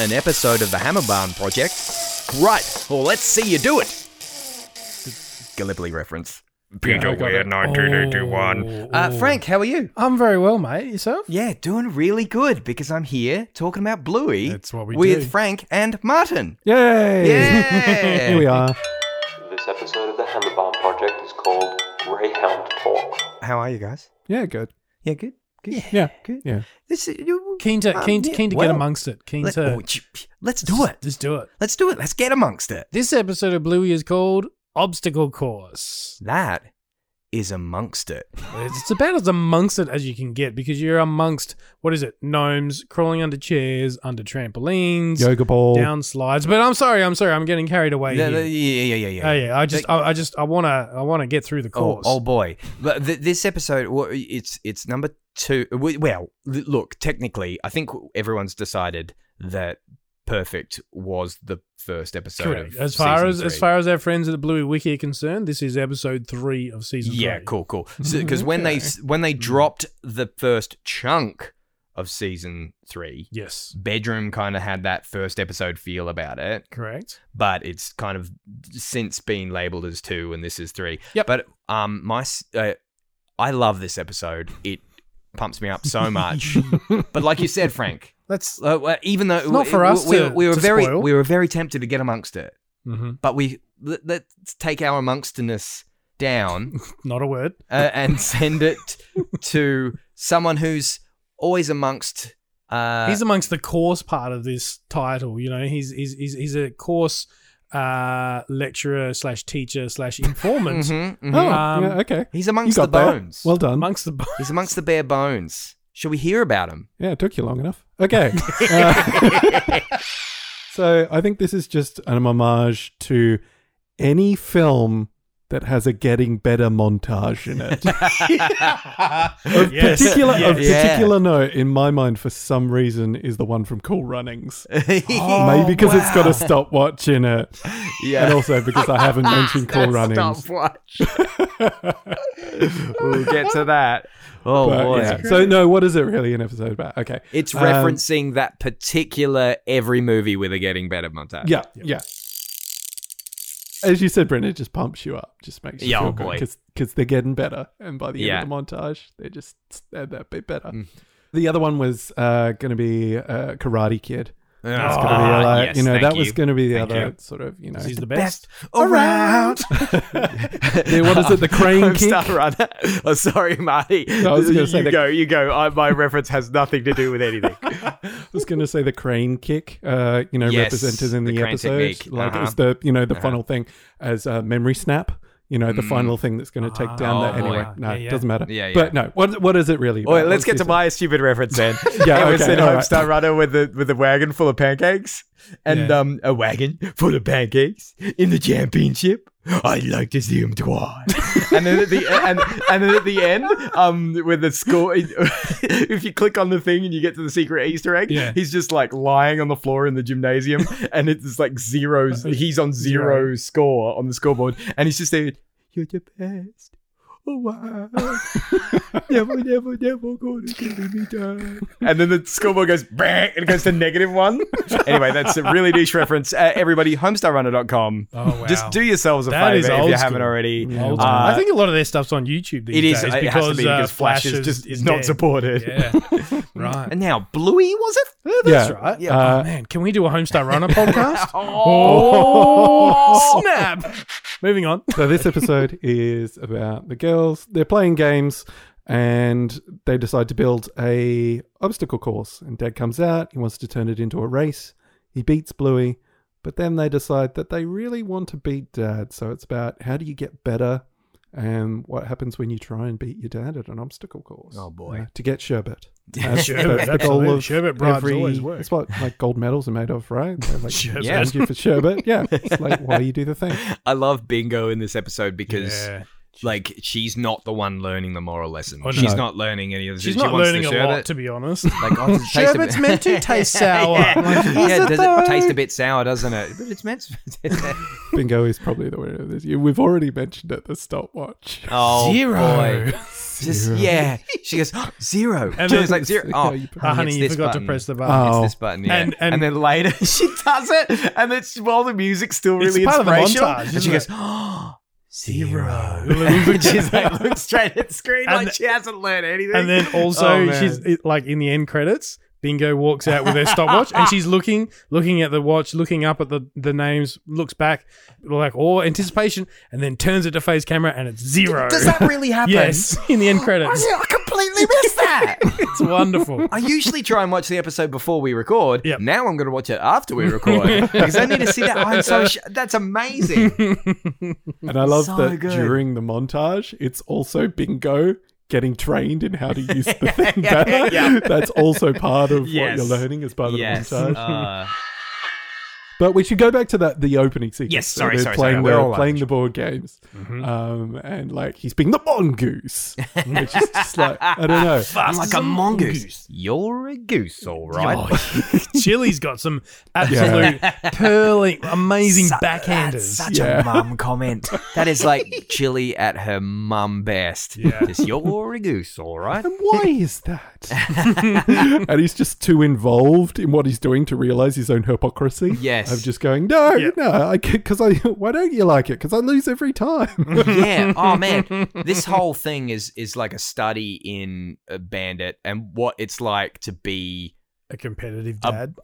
an episode of the Hammerbarn Project. Right, well, let's see you do it. Gallipoli reference. Peter I got Weir, it. 1981. Oh, Uh, oh. Frank, how are you? I'm very well, mate. Yourself? Yeah, doing really good because I'm here talking about Bluey That's what we with do. Frank and Martin. Yay! Yeah. Here we are. This episode of the Hammerbomb Project is called Greyhound Talk. How are you guys? Yeah, good. Yeah, good. Good. Yeah. Yeah, Good. yeah. This is, you- Keen to um, keen to, yeah, keen to well, get amongst it. Keen Let, to oh, ch- ch- let's do it. Just do it. Let's do it. Let's get amongst it. This episode of Bluey is called Obstacle Course. That is amongst it. It's it's about as amongst it as you can get because you're amongst what is it? Gnomes crawling under chairs, under trampolines, Yoga ball. down slides. But I'm sorry, I'm sorry, I'm getting carried away. No, here. no, yeah, yeah, yeah, yeah. Oh yeah, I just, I, I just, I wanna, I wanna get through the Oh, course. oh boy! But th- this episode, well, it's it's number two. we- Well, l- look, technically, I think everyone's decided that perfect was the first episode. correct. Of As far season as, as three. far as our friends at the Bluey Wiki are concerned, this is episode three of season. yeah, three. Mm. cool, cool. Because when they s- when they dropped the first chunk of season three, Yes, bedroom kind of had that first episode feel about it. correct. but it's kind of since been labeled as two, and this is three. Yep. But um, my s- uh, I love this episode. It pumps me up so much. but like you said, Frank, That's uh, uh, even though not for we, us we, to- we were to very spoil. we were very tempted to get amongst it, mhm, but we let, let's take our amongstness down not a word. uh, and send it to someone who's always amongst. Uh, he's amongst the course part of this title. You know, he's he's he's, he's a course uh, lecturer slash teacher slash informant mhm, mhm. Oh, Um, yeah, okay. He's You amongst the got that. bones. Well done. amongst the. bo- He's amongst the bare bones. Shall we hear about him? Yeah, it took you long enough. Okay. Uh, so I think this is just an homage to any film that has a getting better montage in it. of Yes. particular, of Yes. particular note in my mind, for some reason, is the one from Cool Runnings. Oh, yeah. Oh, Maybe because it's got a stopwatch in it, and also because I haven't mentioned Cool Runnings. Stopwatch. we'll get to that. Oh But, boy. yeah. So no, what is it really an episode about? Okay, It's Um, referencing that particular every movie with a getting better montage. Yeah, yeah. As you said, Brendan, it just pumps you up, just makes you Yeah, feel oh boy. good because they're getting better, and by the end of the montage, they're just they're that bit better. Mm. The other one was uh, going to be uh, Karate Kid. It's gonna be Ah, like- yes, you know, thank that was you. going to be the Thank other you. sort of you know. He's the best. best around. Yeah, what is it? The crane I'm kick. Star Runner. Oh, sorry, Marty. I was gonna you say that- go. You go. I, my reference has nothing to do with anything. I was going to say the crane kick. Uh, you know, Yes, represented in the the, crane episode, technique. like Uh-huh. Mm. it was the you know the final thing as uh, memory snap. You know, the final thing that's going to take down Oh, that boy. anyway. No, Yeah, it yeah. doesn't matter. Yeah, yeah. But no, what what is it really? All right, about? let's get to this- my stupid reference then. Yeah, I was okay, in all Home right. Star Runner with a with a wagon full of pancakes and Yeah. um a wagon full of pancakes in the championship. I'd like to see him twice. and then at the and and then at the end, um, with the score, if you click on the thing and you get to the secret Easter egg, Yeah. he's just like lying on the floor in the gymnasium, and it's like zeros. He's on zero, score on the scoreboard, and he's just saying, "You're the best." Oh wow! never, never, never gonna give me down. And then the scoreboard goes, bang, and it goes to negative one. anyway, that's a really niche reference. Uh, everybody, homestarrunner.com. Oh wow. Just do yourselves a That favor is if you old haven't school. already. Old Uh, time. I think a lot of their stuff's on YouTube these it is. days it because, has to be uh, because Flash is just is not dead. supported. Yeah, right. And now Bluey was it? Yeah. Uh, right. Yeah. oh, man, can we do a Homestar Runner podcast? Oh, snap! Moving on. So this episode is about the girls. They're playing games and they decide to build a obstacle course. And Dad comes out. He wants to turn it into a race. He beats Bluey, but then they decide that they really want to beat Dad. So it's about how do you get better and what happens when you try and beat your dad at an obstacle course. Oh, boy. Uh, to get sherbet. Sherbet, that's the absolutely. goal of Sherbet bribes every- always work. That's what like gold medals are made of, right? They're like Sherbet. yeah. you for sherbet. Yeah, it's like why you do the thing. I love bingo in this episode because Yeah. Like she's not the one learning the moral lesson. Oh, no. She's not learning any of this. She's she not wants learning the a sherbet. lot, to be honest. Like, oh, does it taste a Sherbet's bit- meant to taste sour. yeah, Like, is Yeah, it does though? it taste a bit sour, doesn't it? But it's meant. To- Bingo is probably the winner of this year. We've already mentioned it, the stopwatch. oh, Zero. boy. Just, Zero. yeah. She goes zero. And And then- it's like zero. Like how Oh, you put- oh, Ah, honey, it's you this forgot button. to press the Oh. button. It's this button, yeah. And- And, and- then later she does it, and it's while the music's still It's really part of the inspirational. montage, and she isn't goes, it? oh, Zero. and she's like, looks straight at the screen And like the- she hasn't learned anything. And then also, Oh, man. she's it- like in the end credits. Bingo walks out with her stopwatch, and she's looking, looking at the watch, looking up at the the names, looks back, like all anticipation, and then turns it to face camera, and it's zero. does that really happen? yes, in the end credits, I completely missed that. it's wonderful. I usually try and watch the episode before we record. Yep. Now I'm going to watch it after we record because I need to see that. I'm so sh- that's amazing. And I love So that good. during the montage, it's also Bingo getting trained in how to use the thing better. Yeah. That's also part of Yes. what you're learning as part of yes. the montage. Uh, But we should go back to that the opening sequence. Yes, So sorry, they're sorry, sorry. playing We're all Mm-hmm. The, out playing of the board games, um, and like he's being the mongoose, which is just like I don't know. I'm like a mongoose. You're a goose, all right. Chili's got some absolute purling, amazing backhanders. That's such Yeah. a mum comment. That is like chili at her mum best. Yeah. Just you're a goose, all right. And why is that? and he's just too involved in what he's doing to realize his own hypocrisy. Yes. Of just going, no, Yeah. no, I because I why don't you like it? Because I lose every time. yeah. Oh man, this whole thing is is like a study in a bandit and what it's like to be a competitive a- dad.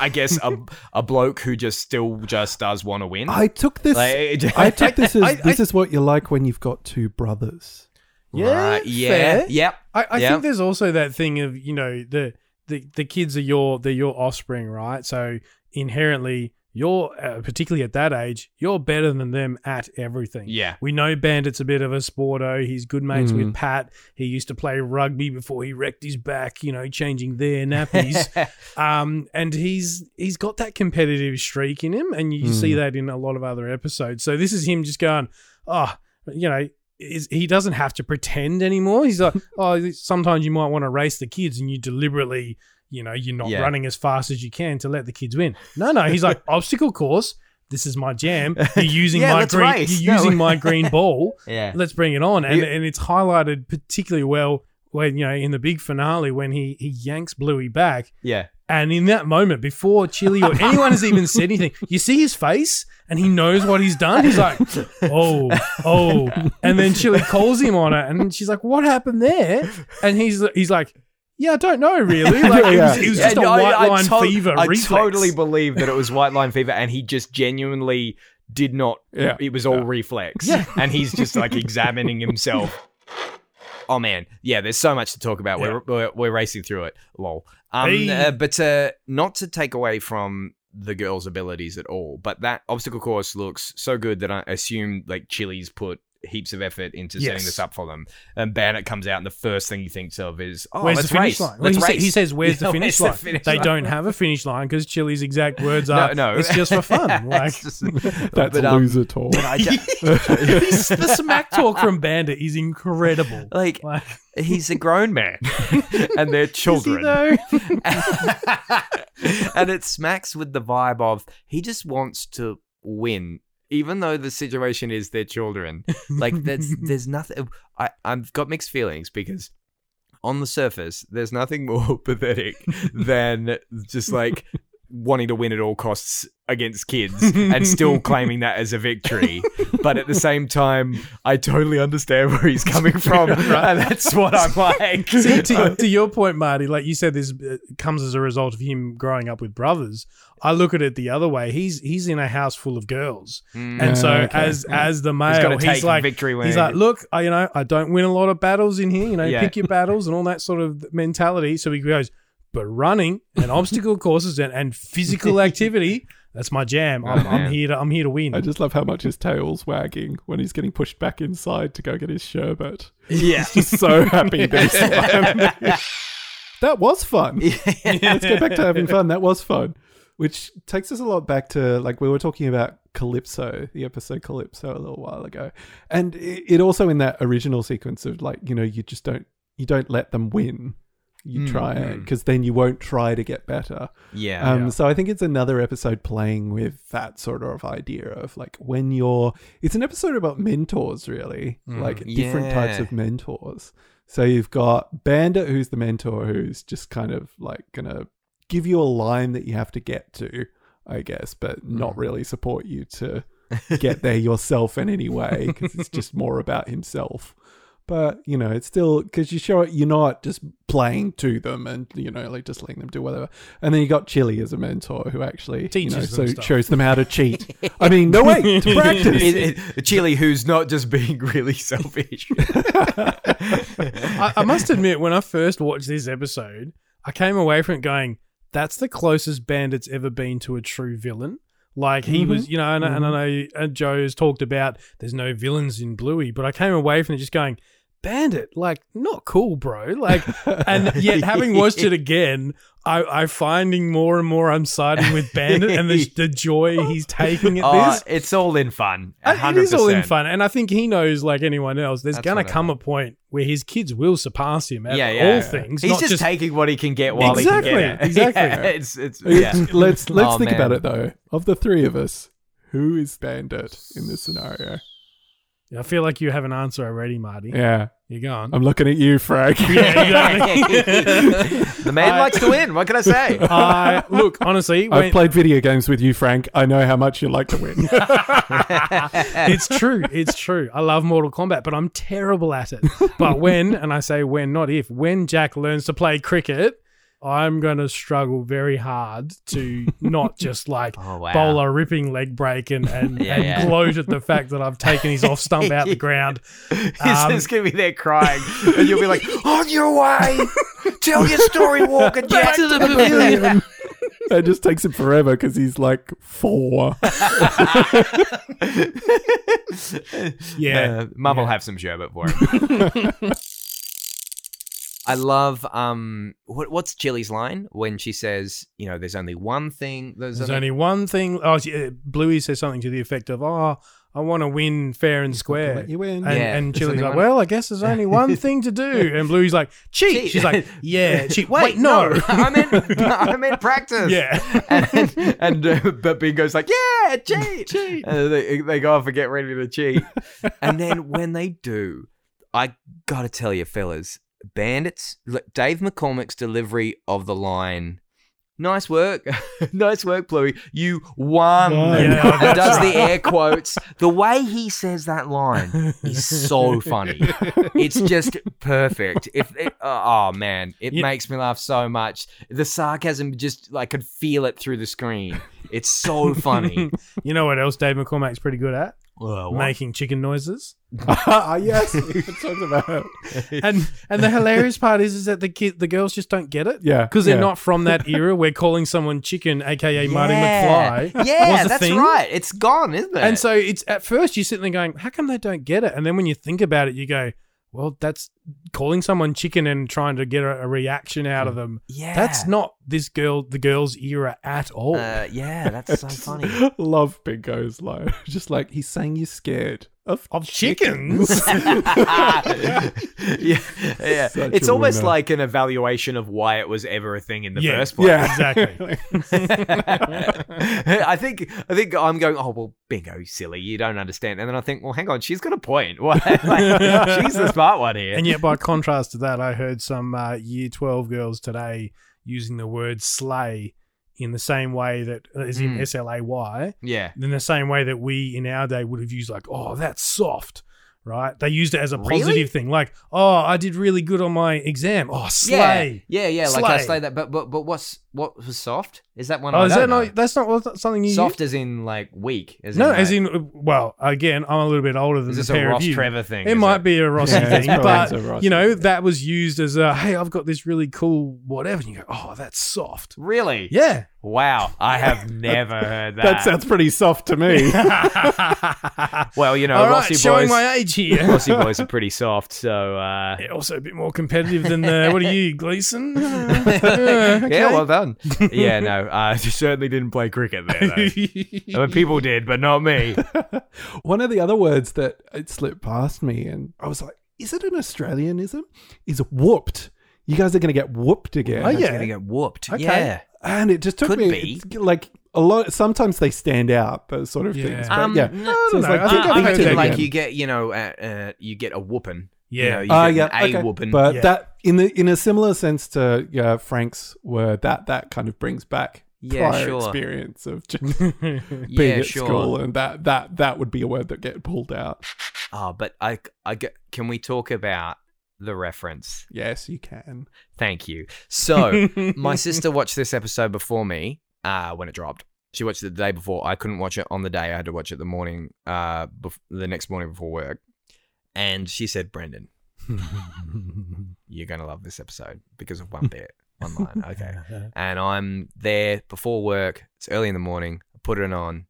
I guess a, a bloke who just still just does want to win. Oh, I took this. Like- I took this as I- this is what you like when you've got two brothers. Right, yeah, yep. I, I Yeah. think there's also that thing of you know the the the kids are your they're your offspring, right? So inherently, you're uh, particularly at that age, you're better than them at everything. Yeah. Mm-hmm. we know Bandit's a bit of a sporto. He's good mates Mm. with Pat. He used to play rugby before he wrecked his back. You know, changing their nappies. um, and he's he's got that competitive streak in him, and you Mm. Hmm. see that in a lot of other episodes. So this is him just going, oh, you know, is, he doesn't have to pretend anymore. He's like, oh, sometimes you might want to race the kids and you deliberately, you know, you're not Yeah. running as fast as you can to let the kids win. No, no, he's like obstacle course. This is my jam. You're using Yeah, my let's green. race. You're No. using my green ball. Yeah. Let's bring it on. And You- and it's highlighted particularly well when you know in the big finale when he he yanks Bluey back. Yeah. And in that moment, before Chili or anyone has even said anything, you see his face and he knows what he's done. He's like, oh, oh. And then Chili calls him on it and she's like, what happened there? And he's he's like, yeah, I don't know really. Like, it was, it was Yeah, just a no, I- white I line tot- fever I reflex. totally believe that it was white line fever, and he just genuinely did not. Yeah. It was all reflex, Yeah. and he's just like examining himself. Oh man, yeah. There's so much to talk about. We're, we're we're racing through it. Lol. Um, Hey. uh, but uh, not to take away from the girl's abilities at all, but that obstacle course looks so good that I assume like Chili's put heaps of effort into setting Yes. this up for them. And Bandit comes out, and the first thing he thinks of is, "Oh, Where's the let's finish race. line? Well, Let's he, sa- race." he says, "Where's Yeah, the where's finish line?" the finish they line? don't have a finish line because Chili's exact words No, are, no. "It's just for fun." Like It's just- That's but, a um, loser talk. but I ju- he's- the smack talk from Bandit is incredible. like Like, he's a grown man, and they're is he children, though? and it smacks with the vibe of he just wants to win, even though the situation is they're children. Like there's there's nothing. I I've got mixed feelings because. On the surface, there's nothing more pathetic than just like wanting to win at all costs against kids and still claiming that as a victory. But at the same time, I totally understand where he's coming from. And that's what I'm like. See, to, to your point, Marty, like you said, this uh, comes as a result of him growing up with brothers. I look at it the other way. He's he's in a house full of girls, and so Mm, okay. as as the male, Hmm. he's he's, got to take like. victory when He's like, look, I, you know, I don't win a lot of battles in here. You know, Yeah. pick your battles and all that sort of mentality. So he goes, but running and obstacle courses and, and physical activity—that's my jam. I'm, Oh, I'm man. here to I'm here to win. I just love how much his tail's wagging when he's getting pushed back inside to go get his sherbet. yeah. Just so happy that he's fun. that was fun. Let's go back to having fun. That was fun. which takes us a lot back to like we were talking about Calypso, the episode Calypso a little while ago, and it, it also in that original sequence of like you know you just don't you don't let them win, you Mm, try it mm. because then you won't try to get better. Yeah. Um, yeah. So I think it's another episode playing with that sort of idea of like when you're. It's an episode about mentors, really, Mm. like different Yeah. types of mentors. So you've got Bandit, who's the mentor, who's just kind of like gonna give you a line that you have to get to, I guess, but not really support you to get there yourself in any way because it's just more about himself. But you know, it's still because you show it. You're not just playing to them and you know, like just letting them do whatever. And then you got Chili as a mentor who actually Teaches you know, so them stuff. shows them how to cheat. I mean, no wait, to practice. It- it- Chili, who's not just being really selfish. I, I must admit, when I first watched this episode, I came away from it going, "That's the closest Bandit's ever been to a true villain." Like he was, you know, and, I- and I know uh, Joe's talked about there's no villains in Bluey, but I came away from it just going, "Bandit, like not cool, bro." Like, and yet having watched it again, I, I finding more and more I'm siding with Bandit and the, the joy he's taking at Uh, this. it's all in fun. Uh, It is all in 100%. fun, and I think he knows, like anyone else, there's That's going to what I come a point where his kids will surpass him at Yeah, yeah. all things. He's not just, just, taking what he can get while he can get it. Exactly, Yeah, exactly. it's it's yeah. let's let's Oh, think about man. it though. Of the three of us, who is Bandit in this scenario? I feel like you have an answer already, Marty. Yeah, You're gone. I'm looking at you, Frank. yeah, exactly. the man I- Um, likes to win. What can I say? I look honestly. I've When, played video games with you, Frank. I know how much you like to win. it's true. It's true. I love Mortal Kombat, but I'm terrible at it. But when, and I say when, not if, when Jack learns to play cricket, I'm going to struggle very hard to not just like Oh, wow. bowl a ripping leg break and, and, Yeah, and yeah. gloat at the fact that I've taken his off stump out the ground. He's um, just gonna be there crying, and you'll be like, "On your way, tell your story, Walker Jack." to the pavilion. That just takes him forever because he's like four. Yeah. Mum will have some sherbet for him. I love um what, what's Chili's line when she says, you know, there's only one thing there's, There's only one thing. Oh, she- uh, Bluey says something to the effect of, "Oh, I want to win fair and square." you win. And, Yeah, and there's Chili's only like, one- "Well, I guess there's only one thing to do." And Bluey's like, "Cheat." Cheat. She's like, "Yeah, cheat." Wait, no. I meant I meant practice. yeah. And, and uh, but Bingo's like, yeah, cheat, cheat. And they, they go off and get ready to cheat. and then when they do, I gotta tell you, fellas, Bandits. Look, Dave McCormick's delivery of the line. Nice work, nice work, Bluey. You won. Won. Yeah, and that's does right. the air quotes. The way he says that line is so funny. It's just perfect. If it, oh man, it Yeah. makes me laugh so much. The sarcasm just I could feel it through the screen. It's so funny. You know what else Dave McCormack's pretty good at? Oh, what? Making chicken noises. Ah, yes, we were talking about it. And and the hilarious part is is that the kid, the girls just don't get it. Yeah, Because yeah. they're not from that era where calling someone chicken, aka Marty Yeah. McFly, was Yeah, a that's thing. right. It's gone, isn't it? And so it's at first you're sitting there going, how come they don't get it? And then when you think about it, you go, well, that's calling someone chicken and trying to get a, a reaction out of them. Mm. yeah, That's not this girl, the girl's era at all. Uh, yeah, that's so funny. Love Bingo's line. Just like he's saying you're scared of, of chickens. yeah, yeah. Such it's a almost winner. like an evaluation of why it was ever a thing in the Yeah. first place. yeah, Exactly. I think I think I'm going. Oh well, bingo, silly, you don't understand. And then I think, well, hang on, she's got a point. Why- like, she's the smart one here. and yet, by contrast to that, I heard some uh, year 12 girls today using the word slay in the same way that is in Mm. S L A Y. yeah, in the same way that we in our day would have used like, oh, that's soft, right? They used it as a Really? positive thing, like, oh, I did really good on my exam. Oh, slay. yeah, yeah, yeah. Like I Slay. say that, but but but what's what was soft? Is that one? Oh, I is don't that know? not? That's not what- something you soft as in like weak? As Used? No, in, as like- in, uh, well, again, I'm a little bit older than is the this pair a Ross of you. Trevor thing? it Is might be a Rossi Yeah, it's thing, probably but a Rossi you know thing. that was used as a hey, I've got this really cool whatever. And you go, oh, that's soft. really. Yeah, Wow, I have never heard that. That sounds pretty soft to me. well, you know, All right, Rossi showing boys. my age here. Rossi boys are pretty soft, so uh, Yeah, also a bit more competitive than uh, what are you, Gleason? Uh, okay. yeah, well done. yeah, no, I certainly didn't play cricket there. Though. I mean, people did, but not me. Oh, One of the other words that it slipped past me, and I was like, "Is it an Australianism? Is whooped? You guys are going to get whooped again." Oh, yeah. Gonna get whooped. Okay. Yeah. and it just took Could me be. it's like a lot. Sometimes they stand out those sort of Yeah. things. But Um, yeah, no, So it's I like, don't know. think I've I- I I heard think mean, it like again. you get, you know, uh, uh, you get a whooping. You know, yeah. you Ah, get an okay. a whooping. But Yeah. that in the in a similar sense to yeah, Frank's word, that that kind of brings back Yeah, prior sure. experience of just being yeah, at sure. school, and that that that would be a word that get pulled out. Oh, but I, I get, can we talk about the reference? Yes, you can. Thank you. So my sister watched this episode before me uh, when it dropped. She watched it the day before. I couldn't watch it on the day. I had to watch it the morning, uh, bef- the next morning before work. And she said, "Brendan, you're gonna love this episode because of one bit, one line." Okay. And I'm there before work. It's early in the morning. I put it on.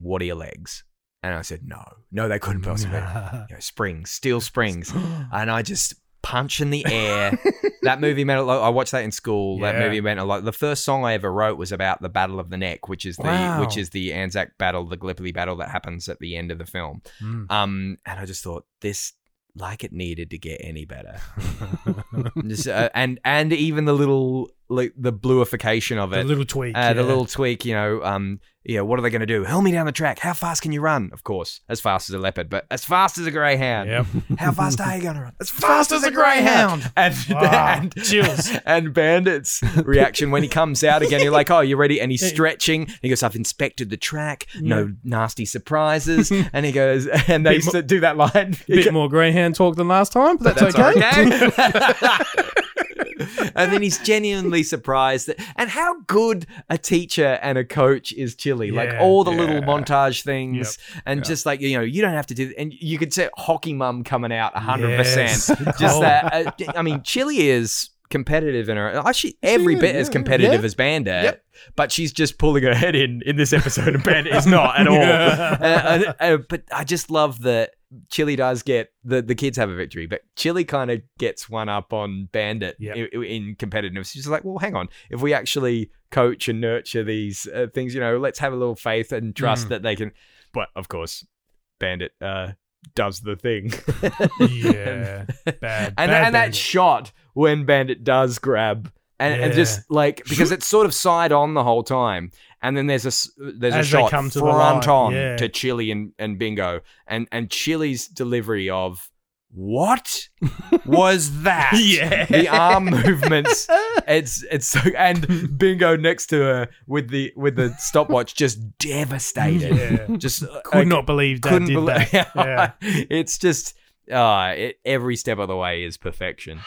What are your legs? And I said, "No, no, they couldn't possibly." you know, springs, steel springs. and I just punch in the air. that movie meant a lot. I watched that in school. That Yeah. movie meant a lot. The first song I ever wrote was about the Battle of the Neck, which is the Wow. which is the Anzac battle, the Gallipoli battle that happens at the end of the film. Mm. Um, and I just thought this like it needed to get any better. Just, uh, and and even the little like the bluification of The it. little tweak. Uh, the yeah. little tweak, you know, um, yeah, what are they going to do? Hurl me down the track. How fast can you run? Of course, as fast as a leopard, but as fast as a greyhound. Yep. How fast are you going to run? As fast as a greyhound. And, Ah, and chills. And Bandit's reaction when he comes out again, you're like, oh, you ready? And he's stretching. he goes, I've inspected the track. No nasty surprises. and he goes, and they Bit mo- s- do that line. He Bit go- more greyhound talk than last time, but that's, that's okay. okay. and then he's genuinely surprised that, and how good a teacher and a coach is Chili. like Yeah. all the little Yeah. montage things, and just like you know, you don't have to do. And you could say hockey mum coming out hundred Yes. percent. Just Cool. that. Uh, I mean, Chili is competitive in her. Actually, every is, bit as yeah. competitive as Bandit. But she's just pulling her head in in this episode, and Bandit is not at all. Yeah. Uh, uh, uh, but I just love that Chile does get the the kids have a victory, but Chile kind of gets one up on Bandit Yep. i- i- in, competitiveness. She's like, well, hang on, if we actually coach and nurture these uh, things, you know, let's have a little faith and trust Mm. that they can. But of course, Bandit uh, does the thing, yeah. Bad. and bad and that bandit. shot when Bandit does grab. And, and Yeah. just like because it's sort of side on the whole time, and then there's a s- there's As a they shot come to the front line, on yeah. to Chili and, and Bingo, and and Chili's delivery of what was that? Yeah. the arm movements. It's it's so and Bingo next to her with the with the stopwatch just devastated. Yeah. Just uh, Could not believe Dad did that. Yeah. it's just uh, it, every step of the way is perfection.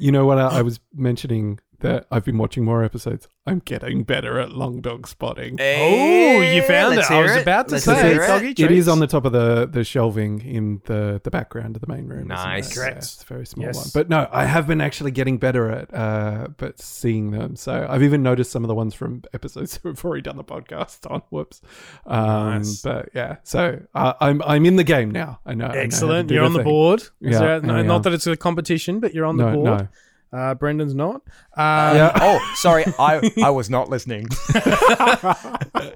You know what? I, I was mentioning that I've been watching more episodes. I'm getting better at long dog spotting. Oh, you found Let's it. I was hear about Eh, to Let's say, hear doggy It is on the top of the, the shelving in the, the background of the main room. isn't Nice. it? Correct. Yeah, it's a very small Yes. one. But no, I have been actually getting better at uh, but seeing them. So I've even noticed some of the ones from episodes we've already done the podcast on. Whoops. Um, Nice. But yeah, so uh, I'm I'm in the game now. I know. I know how to Excellent. do You're on the thing. board. Is Yeah, there- yeah, no, yeah. Not that it's a competition, but you're on the No, board. no. Uh, Brendan's not. Um, Uh, oh, sorry, I I was not listening.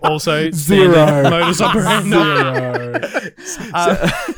Also, Zero. standard modus operandi. Zero. Uh,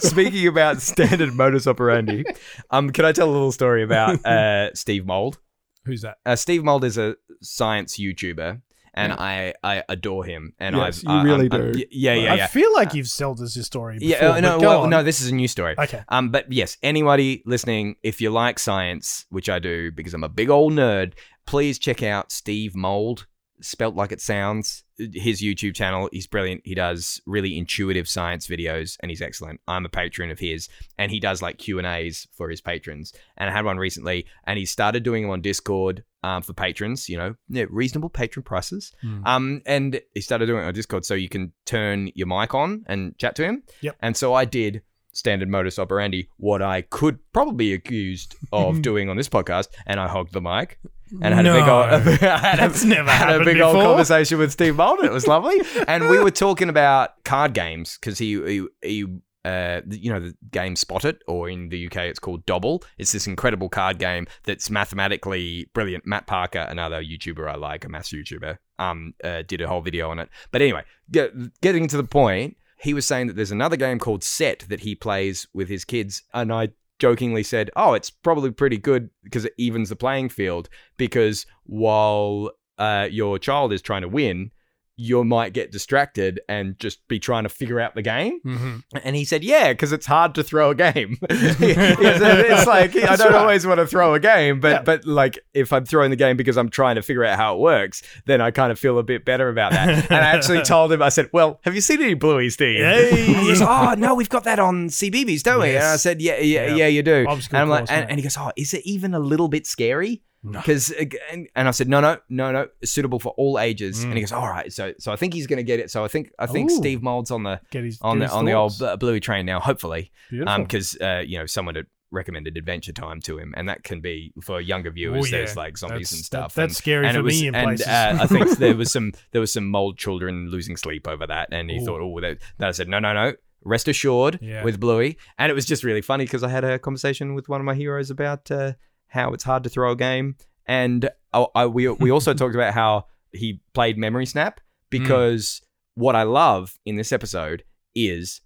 Speaking about standard modus operandi, um, can I tell a little story about uh, Steve Mould? who's that? Uh, Steve Mould is a science YouTuber, and I, I adore him. And Yes, I've, you I- really I'm- I'm- do. y- yeah, yeah, I yeah. feel like you've sold us this story before. Yeah, uh, no, but go well, on. no, this is a new story. Okay. Um, but yes, anybody listening, if you like science, which I do because I'm a big old nerd, please check out Steve Mould, spelt like it sounds. His YouTube channel, he's brilliant. He does really intuitive science videos, and he's excellent. I'm a patron of his, and he does like Q and A's for his patrons. And I had one recently, and he started doing them on Discord um, for patrons. You know, yeah, reasonable patron prices. Hmm. Um, and he started doing it on Discord, so you can turn your mic on and chat to him. Yep. And so I did standard modus operandi, what I could probably be accused of doing on this podcast, and I hogged the mic. and had a big No. old had That's never had a happened big old before. conversation with Steve Bolton. It was lovely, and we were talking about card games because he he. he uh, you know the game Spot It, or in the UK it's called Dobble. It's this incredible card game that's mathematically brilliant. Matt Parker, another YouTuber I like, a maths YouTuber, um, uh, did a whole video on it. But anyway, get, getting to the point, he was saying that there's another game called Set that he plays with his kids, and I jokingly said, "Oh, it's probably pretty good because it evens the playing field because while uh, your child is trying to win." You might get distracted and just be trying to figure out the game. Mm-hmm. And he said, "Yeah, because it's hard to throw a game. He said, it's like I don't always want to throw a game, but but like if I'm throwing the game because I'm trying to figure out how it works, then I kind of feel a bit better about that." And I actually told him, I said, "Well, have you seen any Bluey Steve?" He goes, Hey. "Oh no, we've got that on CBBS, don't we?" And I Yes. said, "Yeah, yeah, Yeah. yeah, you do." Obstacle And I'm like, course, and, mate. and he goes, "Oh, is it even a little bit scary?" No. Because and, and I said, "No, no, no, no, it's suitable for all ages." And he goes, "All right, so so I think he's going to get it." So I think I think Mm. Ooh. Steve Mold's on the Get his, on get the his on the old um, thoughts. bl- bluey train now, hopefully, Beautiful. because uh, you know someone had recommended Adventure Time to him, and that can be for younger viewers. Oh, yeah. There's like zombies That's- and that- stuff. that's and, scary and for it was, me in and, places. Uh, I think there was some there was some old children losing sleep over that, and he Ooh. thought, oh, that, that I said, no, no, no. Rest assured Yeah. with Bluey, and it was just really funny because I had a conversation with one of my heroes about uh, how it's hard to throw a game, and I, I, we we also talked about how he played Memory Snap Mm. because what I love in this episode is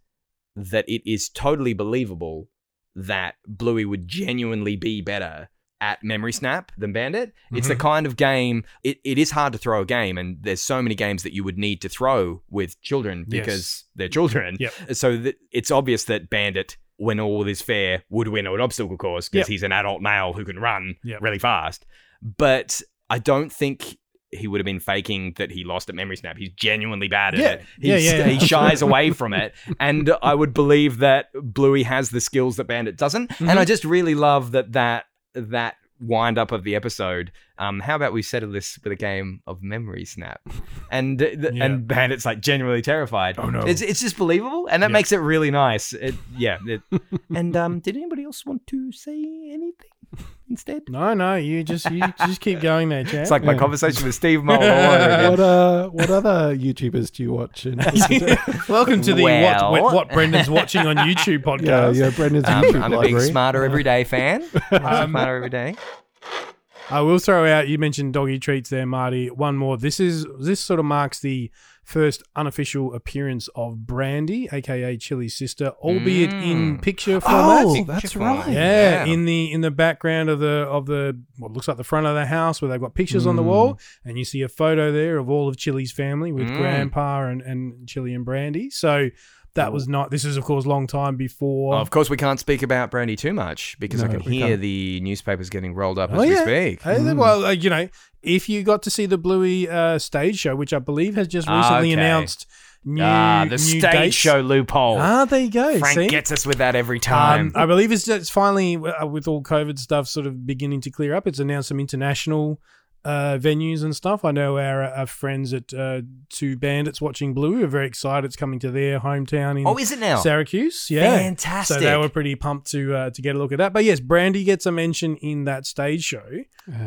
that it is totally believable that Bluey would genuinely be better at memory snap than bandit it's Mm-hmm. the kind of game it, it is hard to throw a game and there's so many games that you would need to throw with children Yes. because they're children Yep. so th- it's obvious that bandit when all is fair would win an obstacle course because Yep. he's an adult male who can run Yep. really fast but i don't think he would have been faking that he lost at memory snap he's genuinely bad at Yeah. it Yeah, He's- yeah, yeah. he shies away from it and I would believe that Bluey has the skills that Bandit doesn't. Mm-hmm. And I just really love that that that wind up of the episode. Um, how about we settle this with a game of memory snap? And th- th- Yeah. and Bandit's like genuinely terrified. Oh, no. It's it's just believable, and that Yeah. makes it really nice. It, yeah. It, and um, did anybody else want to say anything instead? No, no, you just you just keep going there, Chad. It's like my Yeah. conversation with Steve Mole all over again. what uh, what other YouTubers do you watch? And welcome to the Well. what, what, what Brendan's watching on YouTube yeah, podcast. yeah, Brendan's Um, YouTube I'm a library. big smarter everyday fan. Um, smarter every day. I will throw out. You mentioned doggy treats there, Marty. One more. This is this sort of marks the first unofficial appearance of Brandy, aka Chili's sister, albeit in Mm. picture format. oh, that's right. Yeah, in the in the background of the of the what looks like the front of the house where they've got pictures on the Mm. wall, and you see a photo there of all of Chili's family with Mm. Grandpa and and Chili and Brandy. So that was not. This is of course long time before. of course, we can't speak about Brandy too much because I No, can we hear can't. the newspapers getting rolled up Oh, as yeah. we speak. Hey, Mm. Well, uh, you know, if you got to see the Bluey uh, stage show, which I believe has just Ah, recently okay. announced new ah, the new stage dates. show loophole. Ah, there you go. Frank see? gets us with that every time. Um, I believe it's, it's finally uh, with all COVID stuff sort of beginning to clear up. It's announced some international uh, venues and stuff. I know our, our friends at uh, Two Bandits Watching Blue are very excited. It's coming to their hometown in oh, is it now? Syracuse. Yeah, Fantastic. So they were pretty pumped to uh, to get a look at that. But yes, Brandy gets a mention in that stage show,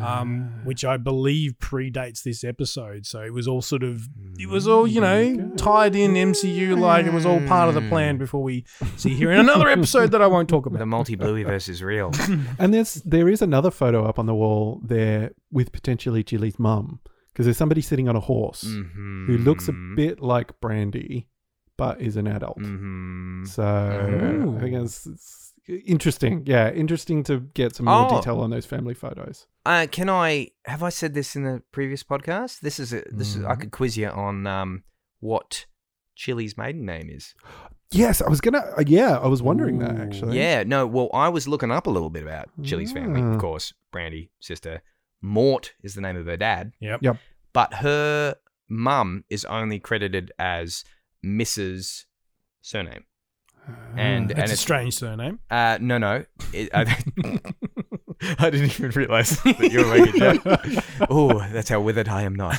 um, which I believe predates this episode. So it was all sort of it was all you know tied in MCU like it was all part of the plan before we see here in another episode that I won't talk the about. multi Blueyverse is real. And there's there is another photo up on the wall there with potentially Chili's mum because there's somebody sitting on a horse Mhm. who looks a bit like Brandy, but is an adult. Mhm. So Mhm. I think it's, it's interesting. Yeah, interesting to get some more Oh. detail on those family photos. Uh, can I? Have I said this in the previous podcast? This is a, this is. I could quiz you on um, what Chili's maiden name is. Yes, I was gonna. uh, yeah, I was wondering that Ooh. actually. Yeah, no. Well, I was looking up a little bit about Chili's family, of Ah. course. Brandy, sister. Mort is the name of her dad, Yep. Yeah. but her mum is only credited as Mrs. Surname. Ah. And, It's and a it's, strange surname. uh, no, no. It, I, I didn't even realize that you were making a joke. Oh, that's how withered I am not.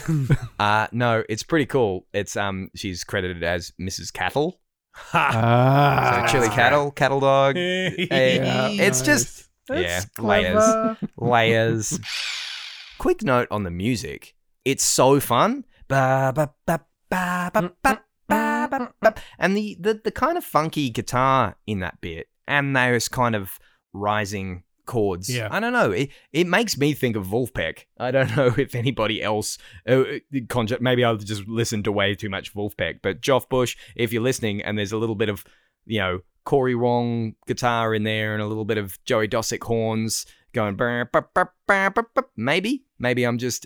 Uh, no, it's pretty cool. It's um, she's credited as Mrs. Cattle. So Ah, chili cattle, cattle dog. Yeah. It's just- nice. Uh, yeah, layers, layers. quick note on the music. It's so fun. Ba, ba, ba, ba, ba, ba, ba, ba, ba. And the, the, the kind of funky guitar in that bit and those kind of rising chords. Yeah. I don't know. It, it makes me think of Wolfpack. I don't know if anybody else uh, conjure. Maybe I've just listened to way too much Wolfpack. But Joff Bush, if you're listening and there's a little bit of, you know, Corey Wong guitar in there and a little bit of Joey Dossick horns going "Brr, brr, brr, brr, brr, brr." maybe maybe I'm just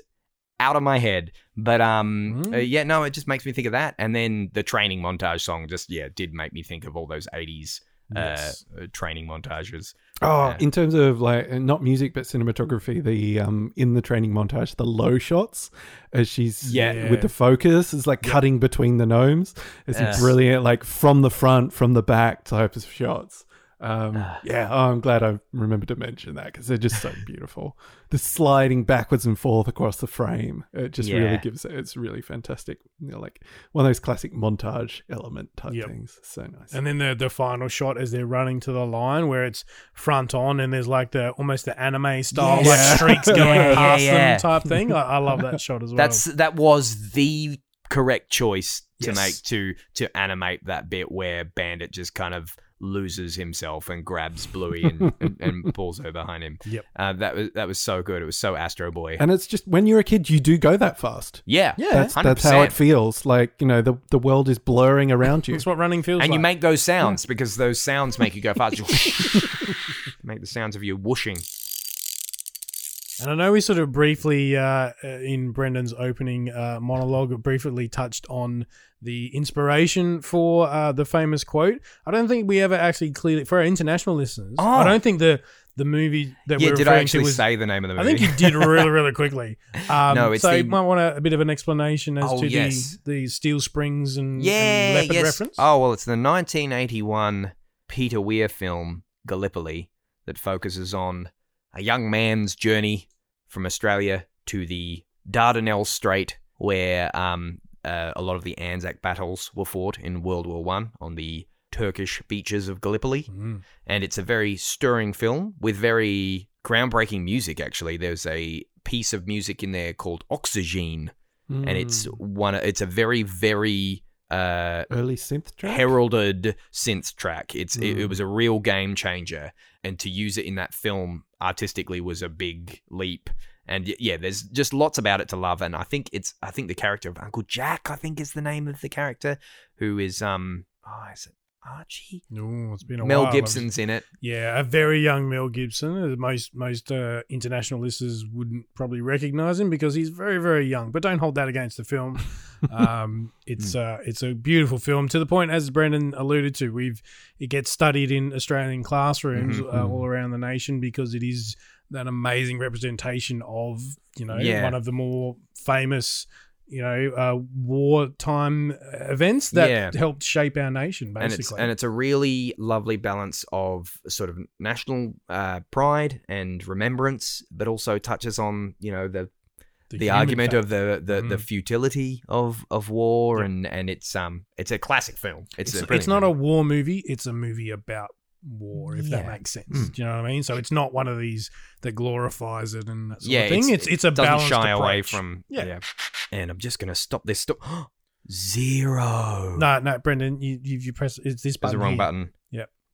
out of my head but um Mm. uh, yeah no it just makes me think of that and then the training montage song just yeah did make me think of all those 80s uh, Yes. uh, training montages Oh, Yeah. in terms of like uh, not music but cinematography, the um in the training montage, the low shots as she's Yeah. with the focus is like cutting between the gnomes. It's Yes. brilliant, like from the front, from the back type of shots. Um, Ah. yeah, oh, I'm glad I remembered to mention that because they're just so beautiful. The sliding backwards and forth across the frame, it just really Yeah. gives it. It's really fantastic. You know, like one of those classic montage element type Yep. things. So nice. And then the the final shot as they're running to the line where it's front on and there's like the almost the anime style Yes. like streaks going Yeah, yeah, past yeah. them type thing. I, I love that shot as well. that's that was the correct choice to Yes. make to to animate that bit where bandit just kind of loses himself and grabs bluey and, and, and pulls her behind him Yep. uh, that was that was so good it was so astro boy and it's just when you're a kid, you do go that fast. yeah Yeah. that's that's how it 100%. feels. Like you know, the the world is blurring around you. That's what running feels and like. you make those sounds because those sounds make you go fast. make the sounds of you whooshing. And I know we sort of briefly, uh, in Brendan's opening uh, monologue, briefly touched on the inspiration for uh, the famous quote. I don't think we ever actually clearly, for our international listeners, I Oh. don't think the the movie that Yeah, we're did I referring actually to was. say the name of the I movie? think you did really, really quickly. Um, No, it's so the- you might want a, a bit of an explanation as Oh, to yes. the, the steel springs and, and yeah, leopard yes. reference. Oh well, it's the 1981 Peter Weir film Gallipoli that focuses on a young man's journey from Australia to the Dardanelles Strait, where um, uh, a lot of the Anzac battles were fought in World War One on the Turkish beaches of Gallipoli. Mm. and it's a very stirring film with very groundbreaking music actually there's a piece of music in there called oxygen and it's Hmm. one it's a very very uh Mm. early synth track. heralded synth track it's it, it Hmm. Mm. was a real game changer and to use it in that film artistically was a big leap and y- yeah there's just lots about it to love and i think it's i think the character of uncle jack i think is the name of the character who is um oh is it archie Ooh, it's been a mel while. I've- gibson's in it Yeah, a very young Mel Gibson. Uh, Most most uh, international listeners wouldn't probably recognize him because he's very very young. But don't hold that against the film. um, it's Hmm. uh, it's a beautiful film to the point as Brendan alluded to. We've it gets studied in Australian classrooms Mhm. uh, all around the nation because it is an amazing representation of you know Yeah. one of the more famous you know uh, wartime events that Yeah. helped shape our nation basically. And it's, and it's a really lovely balance of sort of national uh, pride and remembrance, but also touches on you know the the, human argument factor. of the the, the Mm. futility of of war, Yep. and and it's um it's a classic film. It's a It's, it's, brilliant not a film. war movie. It's a movie about war, if that Yeah. makes sense. Mm. Do you know what I mean? So it's not one of these that glorifies it and that sort yeah of thing. It's It's, it's, a doesn't balanced shy away approach. from Yeah. yeah. And I'm just gonna stop this. Stop zero. No, no, Brendan, you you, you press it's this that's button. the wrong here. button.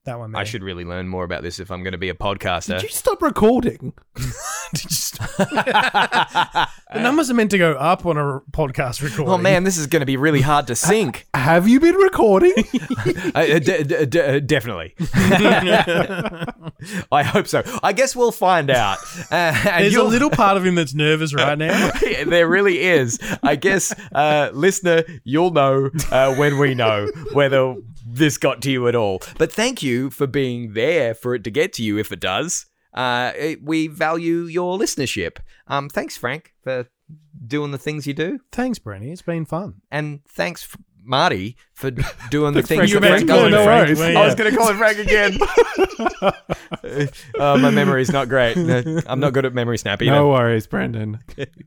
That one. I there. should really learn more about this if I'm gonna be a podcaster. Did you stop recording? The numbers are meant to go up on a r- podcast recording. oh man, this is gonna be really hard to sync. Uh, Have you been recording? Uh, uh, de- de- de- uh, definitely. I hope so. I guess we'll find out. Uh, and There's a you'll- little part of him that's nervous right now. there really is. I guess, uh, listener, you'll know uh, when we know whether this got to you at all. But thank you for being there for it to get to you if it does. Uh, it- we value your listenership. Um, thanks, Frank, for doing the things you do. Thanks, Brendan. It's been fun. And thanks, f- Marty, for doing the Frank. things You that Frank meant- does. no, no Frank, worries. I yeah. was going to call him Frank again. uh, my memory's not great. No, I'm not good at memory snap either. no worries, Brandon.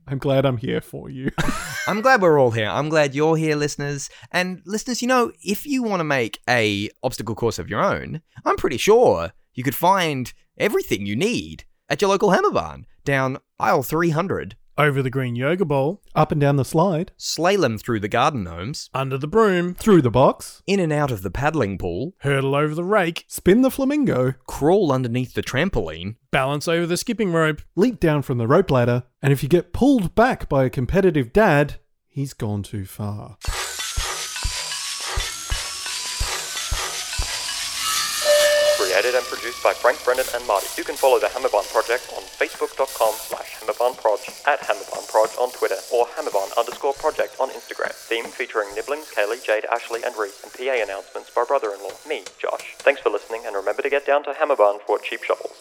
I'm glad I'm here for you. I'm glad we're all here. I'm glad you're here, listeners. And listeners, you know, if you want to make a obstacle course of your own, I'm pretty sure you could find everything you need at your local hammer barn down aisle 300 over the green yoga bowl, Up and down the slide, Slalom through the garden gnomes, under the broom, through the box, in and out of the paddling pool, hurdle over the rake, spin the flamingo, crawl underneath the trampoline, balance over the skipping rope. leap down from the rope ladder, and if you get pulled back by a competitive dad, he's gone too far. Created and produced by Frank Brennan and Marty. You can follow the Hammerbond Project on facebook.com slash hammerbondproj, at hammerbondproj on Twitter, or hammerbond underscore project on Instagram. Theme featuring Nibblings, Kaylee, Jade, Ashley, and Reese, and PA announcements by brother-in-law, me, Josh. Thanks for listening, and remember to get down to Hammerbond for cheap shovels.